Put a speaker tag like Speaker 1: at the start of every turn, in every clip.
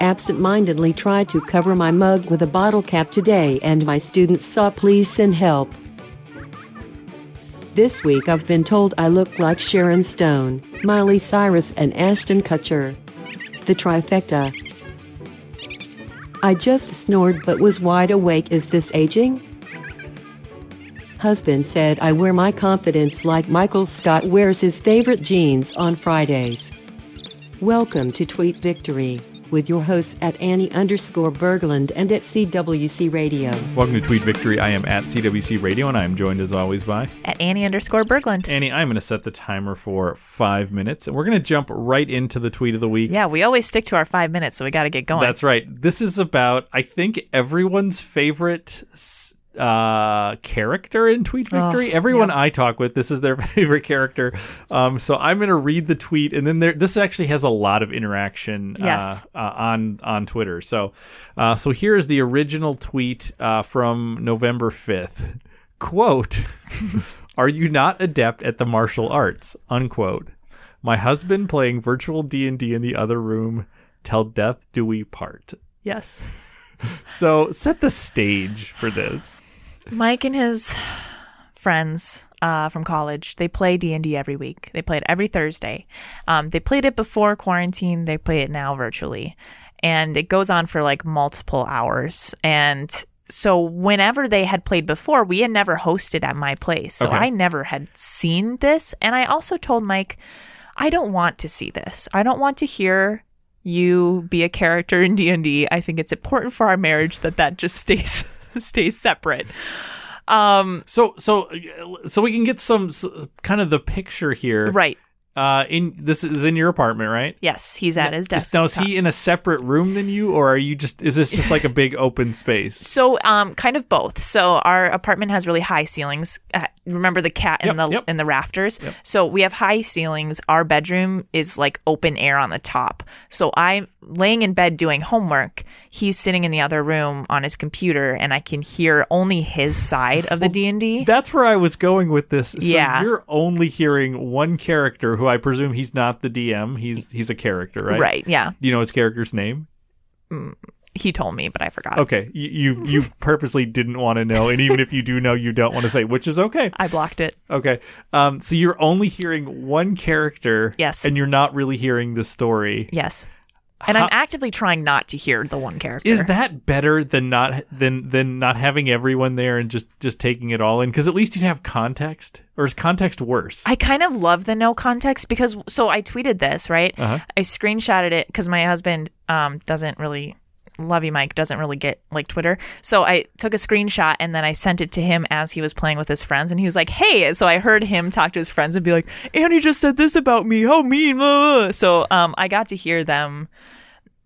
Speaker 1: Absent-mindedly tried to cover my mug with a bottle cap today and my students saw please send help. This week I've been told I look like Sharon Stone, Miley Cyrus and Ashton Kutcher. The trifecta. I just snored but was wide awake. Is this aging? Husband said I wear my confidence like Michael Scott wears his favorite jeans on Fridays. Welcome to Tweet Victory with your hosts at Annie underscore Berglund and at CWC Radio.
Speaker 2: Welcome to Tweet Victory. I am at CWC Radio, and I am joined as always by
Speaker 3: at Annie underscore Berglund.
Speaker 2: Annie. I'm going to set the timer for five minutes, and we're going to jump right into the tweet of the week.
Speaker 3: Yeah, we always stick to our five minutes, so we got to get going.
Speaker 2: That's right. This is about, I think, everyone's favorite. Uh, character in Tweet Victory.
Speaker 3: Oh,
Speaker 2: Everyone
Speaker 3: yeah.
Speaker 2: I talk with, this is their favorite character. Um, so I'm going to read the tweet, and then there, this actually has a lot of interaction.
Speaker 3: Yes.
Speaker 2: Uh, uh, on on Twitter. So, uh, so here is the original tweet uh, from November 5th. Quote: Are you not adept at the martial arts? Unquote. My husband playing virtual D and D in the other room. Till death do we part.
Speaker 3: Yes.
Speaker 2: So set the stage for this.
Speaker 3: Mike and his friends uh, from college they play d&d every week they play it every thursday um, they played it before quarantine they play it now virtually and it goes on for like multiple hours and so whenever they had played before we had never hosted at my place so
Speaker 2: Okay.
Speaker 3: i never had seen this and i also told mike i don't want to see this i don't want to hear you be a character in d&d i think it's important for our marriage that that just stays stays separate um
Speaker 2: So so so we can get some s kind of the picture here.
Speaker 3: right
Speaker 2: Uh, in this is in your apartment, right?
Speaker 3: Yes, he's at his desk.
Speaker 2: Now is he in a separate room than you, or are you just? Is this just like a big open space?
Speaker 3: so, um, kind of both. So our apartment has really high ceilings. Uh, remember the cat in
Speaker 2: Yep,
Speaker 3: the
Speaker 2: yep.
Speaker 3: in the rafters. So we have high ceilings. Our bedroom is like open air on the top. So I'm laying in bed doing homework. He's sitting in the other room on his computer, and I can hear only his side of the D and D.
Speaker 2: Oh, That's where I was going with this. So
Speaker 3: Yeah.
Speaker 2: you're only hearing one character, who I presume he's not the DM. He's he's a character, right?
Speaker 3: Right. Yeah.
Speaker 2: You know his character's name.
Speaker 3: He told me, but I forgot.
Speaker 2: Okay, you you, you purposely didn't want to know, and even if you do know, you don't want to say, which is okay.
Speaker 3: I blocked it.
Speaker 2: Okay, um, so you're only hearing one character,
Speaker 3: Yes.
Speaker 2: and you're not really hearing the story.
Speaker 3: Yes. And I'm actively trying not to hear the one character.
Speaker 2: Is that better than not than than not having everyone there and just just taking it all in? Because at least you'd have context, or is context worse?
Speaker 3: I kind of love the no context because so I tweeted this right.
Speaker 2: Uh-huh.
Speaker 3: I screenshotted it because my husband um, doesn't really love you, Mike doesn't really get like Twitter. So I took a screenshot and then I sent it to him as he was playing with his friends, and he was like, "Hey!" So I heard him talk to his friends and be like, "Annie just said this about me. How mean!" Uh." So um, I got to hear them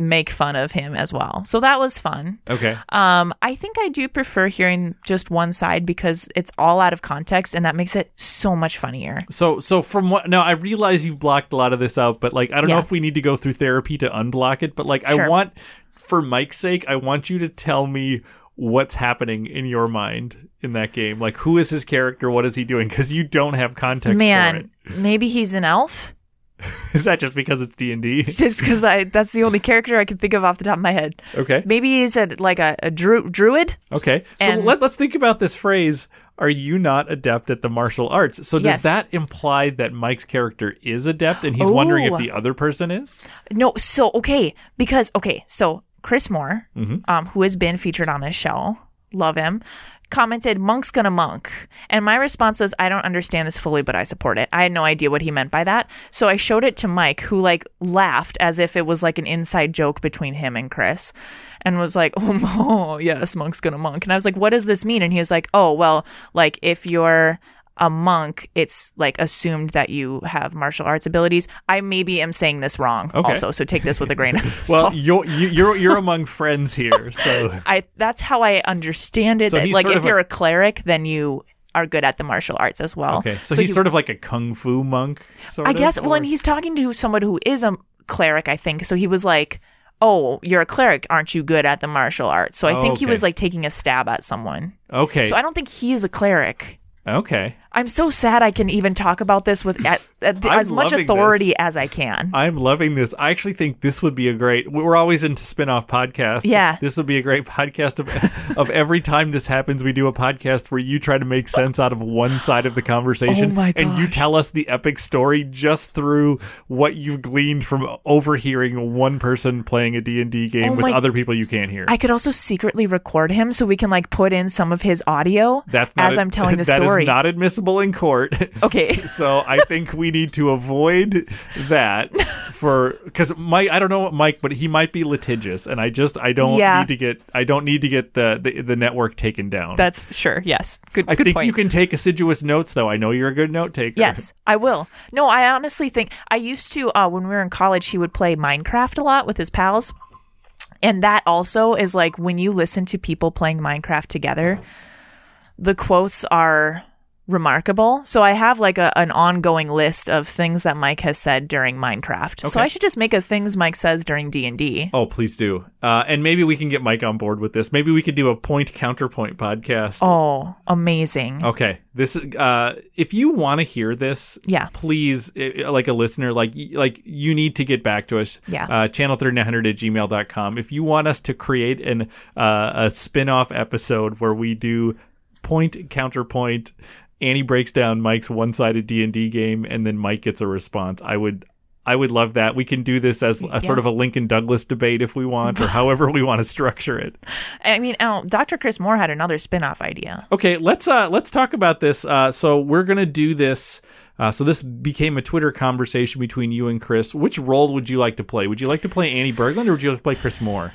Speaker 3: make fun of him as well. So that was fun.
Speaker 2: okay,
Speaker 3: Um, I think I do prefer hearing just one side because it's all out of context, and that makes it so much funnier.
Speaker 2: so so from what now I realize you've blocked a lot of this out, but like I don't know
Speaker 3: Yeah.
Speaker 2: if we need to go through therapy to unblock it, but like I
Speaker 3: Sure.
Speaker 2: want, for Mike's sake, I want you to tell me what's happening in your mind in that game. Like who is his character? What is he doing? Because you don't have context. for
Speaker 3: Man,
Speaker 2: it.
Speaker 3: maybe he's an elf.
Speaker 2: is that just because it's D and D?
Speaker 3: Just because I that's the only character I can think of off the top of my head.
Speaker 2: Okay.
Speaker 3: Maybe he's a like a, a dru- druid.
Speaker 2: Okay. So
Speaker 3: And-
Speaker 2: let, let's think about this phrase Are you not adept at the martial arts? So does
Speaker 3: Yes.
Speaker 2: that imply that Mike's character is adept and he's wondering if
Speaker 3: Ooh.
Speaker 2: the other person is?
Speaker 3: No, so okay, because okay, so Chris Moore,
Speaker 2: Mhm.
Speaker 3: um, who has been featured on this show, love him, commented "Monk's gonna monk," and my response was, "I don't understand this fully, but I support it." I had no idea what he meant by that, so I showed it to Mike, who like laughed as if it was like an inside joke between him and Chris, and was like, "Oh, mo- yes, monk's gonna monk," and I was like, "What does this mean?" And he was like, "Oh, well, like if you're." a monk, it's like assumed that you have martial arts abilities. I maybe am saying this wrong
Speaker 2: Okay.
Speaker 3: also, so take this with a grain of salt.
Speaker 2: Well, you're, you- you're, you're among friends here. So.
Speaker 3: I that's how I understand it.
Speaker 2: So
Speaker 3: that,
Speaker 2: he's
Speaker 3: like
Speaker 2: sort
Speaker 3: if
Speaker 2: of a-
Speaker 3: you're a cleric, then you are good at the martial arts as well.
Speaker 2: Okay. So, he's
Speaker 3: you-
Speaker 2: sort of like a kung fu monk, sort
Speaker 3: Oh, I
Speaker 2: of,
Speaker 3: guess well,
Speaker 2: or-
Speaker 3: and he's talking to someone who is a cleric, I think. So he was like, "Oh, you're a cleric, aren't you good at the martial arts?" So I
Speaker 2: Oh,
Speaker 3: think he was
Speaker 2: okay.
Speaker 3: like taking a stab at someone.
Speaker 2: Okay.
Speaker 3: So I don't think he's a cleric.
Speaker 2: Okay.
Speaker 3: I'm so sad I can even talk about this with at, at the,
Speaker 2: I'm
Speaker 3: as much
Speaker 2: loving
Speaker 3: authority as I can.
Speaker 2: I'm loving this. I actually think this would be a great. We're always into spin-off podcasts.
Speaker 3: Yeah.
Speaker 2: this would be a great podcast of of every time this happens. We do a podcast where you try to make sense out of one side of the conversation,
Speaker 3: Oh my
Speaker 2: and you
Speaker 3: gosh.
Speaker 2: tell us the epic story just through what you've gleaned from overhearing one person playing a D and D game
Speaker 3: Oh
Speaker 2: with
Speaker 3: my-
Speaker 2: other people you can't hear.
Speaker 3: I could also secretly record him so we can like put in some of his audio
Speaker 2: That's not
Speaker 3: as
Speaker 2: i
Speaker 3: I'm telling the
Speaker 2: That
Speaker 3: story.
Speaker 2: is not admissible in court.
Speaker 3: okay.
Speaker 2: so I think we need to avoid that for because Mike. I don't know Mike, but he might be litigious, and I just I don't
Speaker 3: Yeah.
Speaker 2: need to get I don't need to get the the, the network taken down.
Speaker 3: That's sure. Yes. Good
Speaker 2: I
Speaker 3: good
Speaker 2: think
Speaker 3: point.
Speaker 2: you can take assiduous notes, though. I know you're a good note taker.
Speaker 3: Yes, I will. No, I honestly think I used to uh, when we were in college. He would play Minecraft a lot with his pals, and that also is like when you listen to people playing Minecraft together, the quotes are remarkable. So I have like a, an ongoing list of things that Mike has said during Minecraft. So
Speaker 2: Okay.
Speaker 3: I should just make a things Mike says during D and D.
Speaker 2: Oh, please do. Uh, and maybe we can get Mike on board with this. Maybe we could do a point counterpoint podcast.
Speaker 3: Oh, amazing!
Speaker 2: Okay. This is- uh if you want to hear this,
Speaker 3: Yeah.
Speaker 2: please eh, like a listener like y- like you need to get back to us.
Speaker 3: Yeah.
Speaker 2: Uh channel 3900 at gmail.com. If you want us to create an uh, a spin-off episode where we do point counterpoint Annie breaks down Mike's one-sided D&D game and then Mike gets a response. I would I would love that. We can do this as a sort of a Lincoln Douglas debate if we want or however we want to structure it.
Speaker 3: I mean, oh, Dr. Chris Moore had another spin-off idea.
Speaker 2: Okay, let's uh let's talk about this. Uh, so we're gonna do this. Uh, so this became a Twitter conversation between you and Chris. Which role would you like to play? Would you like to play Annie Berglund or would you like to play Chris Moore?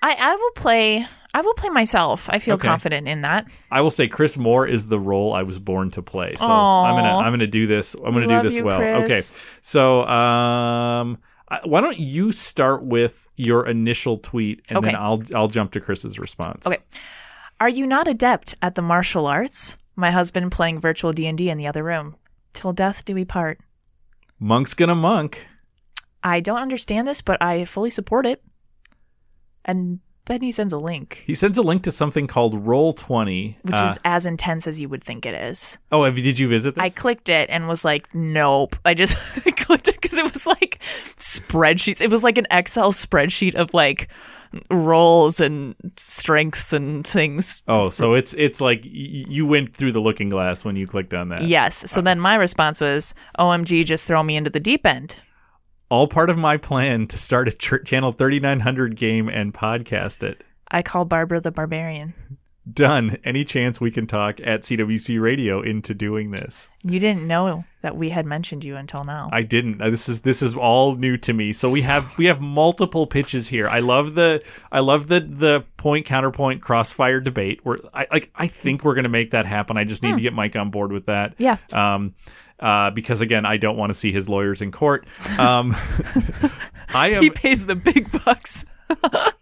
Speaker 3: I I will play. I will play myself. I feel
Speaker 2: Okay.
Speaker 3: confident in that.
Speaker 2: I will say Chris Moore is the role I was born to play. So I'm gonna
Speaker 3: Aw.
Speaker 2: I'm gonna do this. I'm gonna
Speaker 3: Love
Speaker 2: do this
Speaker 3: you,
Speaker 2: well.
Speaker 3: Chris.
Speaker 2: Okay. So um, I, why don't you start with your initial tweet and then
Speaker 3: Okay.
Speaker 2: I'll I'll jump to Chris's response.
Speaker 3: Okay. Are you not adept at the martial arts? My husband playing virtual D&D in the other room. Till death do we part.
Speaker 2: Monk's gonna monk.
Speaker 3: I don't understand this, but I fully support it. And then he sends a link,
Speaker 2: He sends a link to something called Roll Twenty,
Speaker 3: which
Speaker 2: uh,
Speaker 3: is as intense as you would think it is.
Speaker 2: Oh, have you, did you visit this?
Speaker 3: I clicked it and was like, nope. I just clicked it because it was like spreadsheets. It was like an Excel spreadsheet of like roles and strengths and things.
Speaker 2: oh, so it's it's like y- you went through the looking glass when you clicked on that.
Speaker 3: Yes. So then my response was, OMG, just throw me into the deep end.
Speaker 2: All part of my plan to start a ch- channel 3900 game and podcast it.
Speaker 3: I call Barbara the Barbarian.
Speaker 2: Done. Any chance we can talk at CWC Radio into doing this?
Speaker 3: You didn't know that we had mentioned you until now.
Speaker 2: I didn't. Uh, This is this is all new to me. So we have we have multiple pitches here. I love the I love the the point counterpoint crossfire debate. Where I like I think we're gonna make that happen. I just need to get Mike on board with that.
Speaker 3: Hmm. Yeah.
Speaker 2: Um, uh, because again, I don't want to see his lawyers in court. Um, I am.
Speaker 3: he pays the big bucks.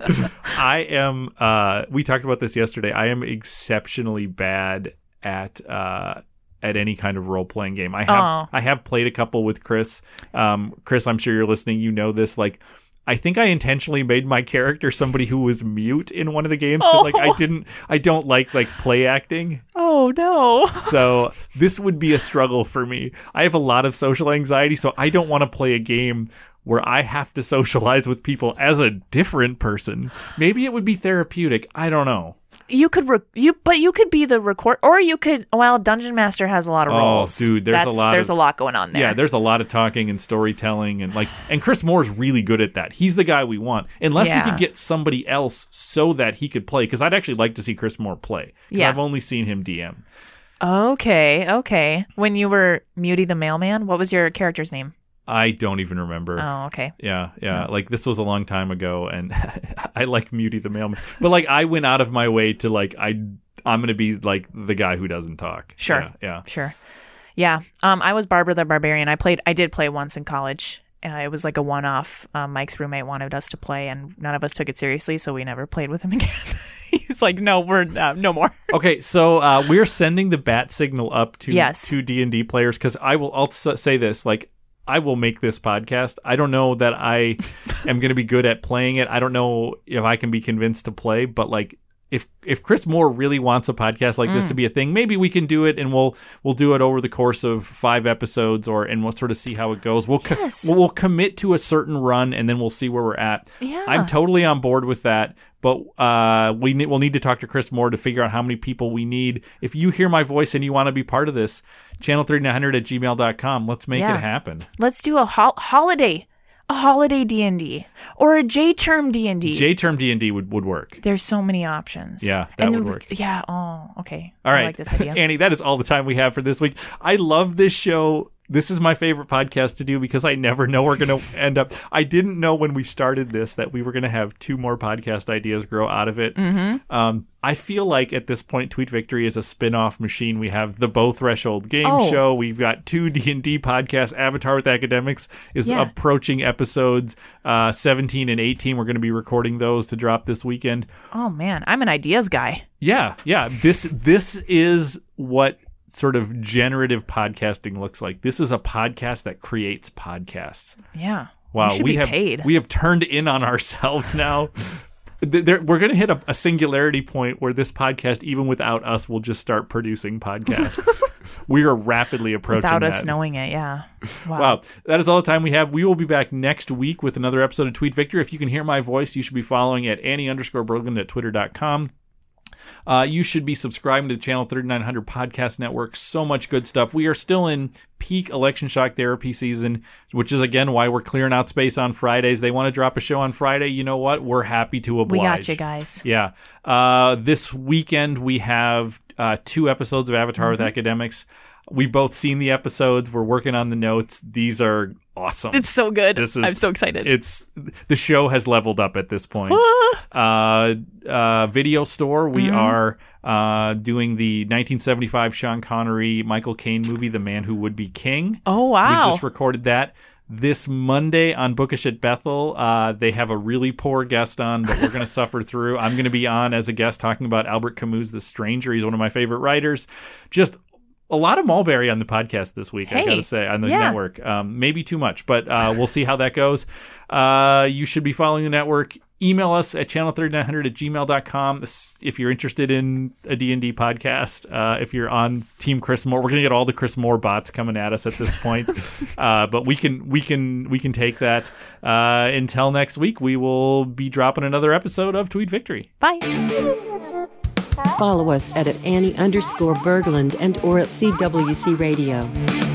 Speaker 2: I am. Uh, we talked about this yesterday. I am exceptionally bad at uh, at any kind of role playing game. I have
Speaker 3: Aw.
Speaker 2: I have played a couple with Chris. Um, Chris, I'm sure you're listening. You know this. Like, I think I intentionally made my character somebody who was mute in one of the games because like I
Speaker 3: Oh.
Speaker 2: didn't. I don't like like play acting.
Speaker 3: Oh no.
Speaker 2: So this would be a struggle for me. I have a lot of social anxiety, so I don't want to play a game where I have to socialize with people as a different person. Maybe it would be therapeutic. I don't know.
Speaker 3: You could re- you but you could be the record or you could well Dungeon Master has a lot of
Speaker 2: Oh,
Speaker 3: roles.
Speaker 2: dude, there's a
Speaker 3: That's-
Speaker 2: lot
Speaker 3: there's
Speaker 2: of-
Speaker 3: a lot going on there.
Speaker 2: Yeah, there's a lot of talking and storytelling and like and Chris Moore's really good at that. He's the guy we want. Unless
Speaker 3: Yeah.
Speaker 2: we could get somebody else so that he could play cuz I'd actually like to see Chris Moore play. 'Cause
Speaker 3: Yeah.
Speaker 2: I've only seen him DM.
Speaker 3: okay, okay. When you were Muty the mailman, what was your character's name?
Speaker 2: I don't even remember.
Speaker 3: Oh, okay.
Speaker 2: Yeah, yeah. Like this was a long time ago, and I like Muty the mailman, but like I went out of my way to like I I'm gonna be like the guy who doesn't talk.
Speaker 3: Sure.
Speaker 2: Yeah. yeah.
Speaker 3: Sure. Yeah. Um I was Barbara the Barbarian. I played I did play once in college. Uh, it was like a one-off. Uh, Mike's roommate wanted us to play, and none of us took it seriously, so we never played with him again. he was like, "No, we're uh, no more."
Speaker 2: Okay, so uh, we're sending the bat signal up to
Speaker 3: Yes.
Speaker 2: to D and D players because I will. I'll s- say this like. I will make this podcast. I don't know that I am going to be good at playing it. I don't know if I can be convinced to play, but like if if Chris Moore really wants a podcast like
Speaker 3: Mm.
Speaker 2: this to be a thing, maybe we can do it, and we'll we'll do it over the course of five episodes, or and we'll sort of see how it goes. We'll co-
Speaker 3: Yes.
Speaker 2: we'll, we'll commit to a certain run, and then we'll see where we're at.
Speaker 3: Yeah.
Speaker 2: I'm totally on board with that. But uh, we ne- we'll need to talk to Chris Moore to figure out how many people we need. If you hear my voice and you want to be part of this, channel3900 at gmail.com. Let's make
Speaker 3: Yeah.
Speaker 2: it happen.
Speaker 3: Let's do a hol- holiday, a holiday D and D, or a J term D and D.
Speaker 2: J term D and D would would work.
Speaker 3: There's so many options.
Speaker 2: Yeah, that
Speaker 3: and
Speaker 2: would
Speaker 3: we-
Speaker 2: work.
Speaker 3: Yeah. Oh, okay.
Speaker 2: All right,
Speaker 3: I like this idea.
Speaker 2: Annie. That is all the time we have for this week. I love this show. This is my favorite podcast to do because I never know we're going to end up. I didn't know when we started this that we were going to have two more podcast ideas grow out of it.
Speaker 3: Mm-hmm.
Speaker 2: Um, I feel like at this point, Tweet Victory is a spin-off machine. We have the Bow Threshold Game
Speaker 3: Oh.
Speaker 2: Show. We've got two D and D podcasts. Avatar with Academics is
Speaker 3: Yeah.
Speaker 2: approaching episodes uh, seventeen and eighteen. We're going to be recording those to drop this weekend.
Speaker 3: oh man, I'm an ideas guy.
Speaker 2: Yeah, yeah. This this is what sort of generative podcasting looks like. This is a podcast that creates podcasts.
Speaker 3: Yeah.
Speaker 2: Wow,
Speaker 3: we should be
Speaker 2: have
Speaker 3: paid.
Speaker 2: we have turned in on ourselves now. Th- there- we're going to hit a, a singularity point where this podcast, even without us, will just start producing podcasts. we are rapidly approaching
Speaker 3: Without us
Speaker 2: that.
Speaker 3: knowing it, yeah. Wow.
Speaker 2: Wow. That is all the time we have. We will be back next week with another episode of Tweet Victor. If you can hear my voice, you should be following at Annie underscore Berglund at twitter.com. Uh, you should be subscribing to the Channel 3900 Podcast Network. So much good stuff. We are still in peak election shock therapy season, which is again why we're clearing out space on Fridays. They want to drop a show on Friday. You know what? We're happy to
Speaker 3: We
Speaker 2: oblige.
Speaker 3: got you guys.
Speaker 2: Yeah. Uh, this weekend we have uh, two episodes of Avatar
Speaker 3: Mm-hmm.
Speaker 2: with Academics. We've both seen the episodes. We're working on the notes. These are awesome.
Speaker 3: It's so good.
Speaker 2: This is-
Speaker 3: I'm so excited.
Speaker 2: it's the show has leveled up at this point.
Speaker 3: Ah.
Speaker 2: Uh, uh, video store. We
Speaker 3: Mm-hmm.
Speaker 2: are uh, doing the 1975 Sean Connery Michael Caine movie, The Man Who Would Be King.
Speaker 3: oh
Speaker 2: We
Speaker 3: wow.
Speaker 2: just recorded that this Monday on Bookish at Bethel. Uh, they have a really poor guest on, but we're going to suffer through. I'm going to be on as a guest talking about Albert Camus' The Stranger. He's one of my favorite writers. Just a lot of Mulberry on the podcast this week, I
Speaker 3: Hey,
Speaker 2: got to say, on the
Speaker 3: yeah.
Speaker 2: network. Um, maybe too much, but uh, we'll see how that goes. Uh, you should be following the network. Email us at channel3900 at gmail.com if you're interested in a D&D podcast. Uh, if you're on Team Chris Moore, we're going to get all the Chris Moore bots coming at us at this point. uh, but we can we can we can take that. Uh, until next week, we will be dropping another episode of Tweet Victory.
Speaker 3: Bye.
Speaker 1: Follow us at, at Annie underscore Berglund and or at CWC Radio.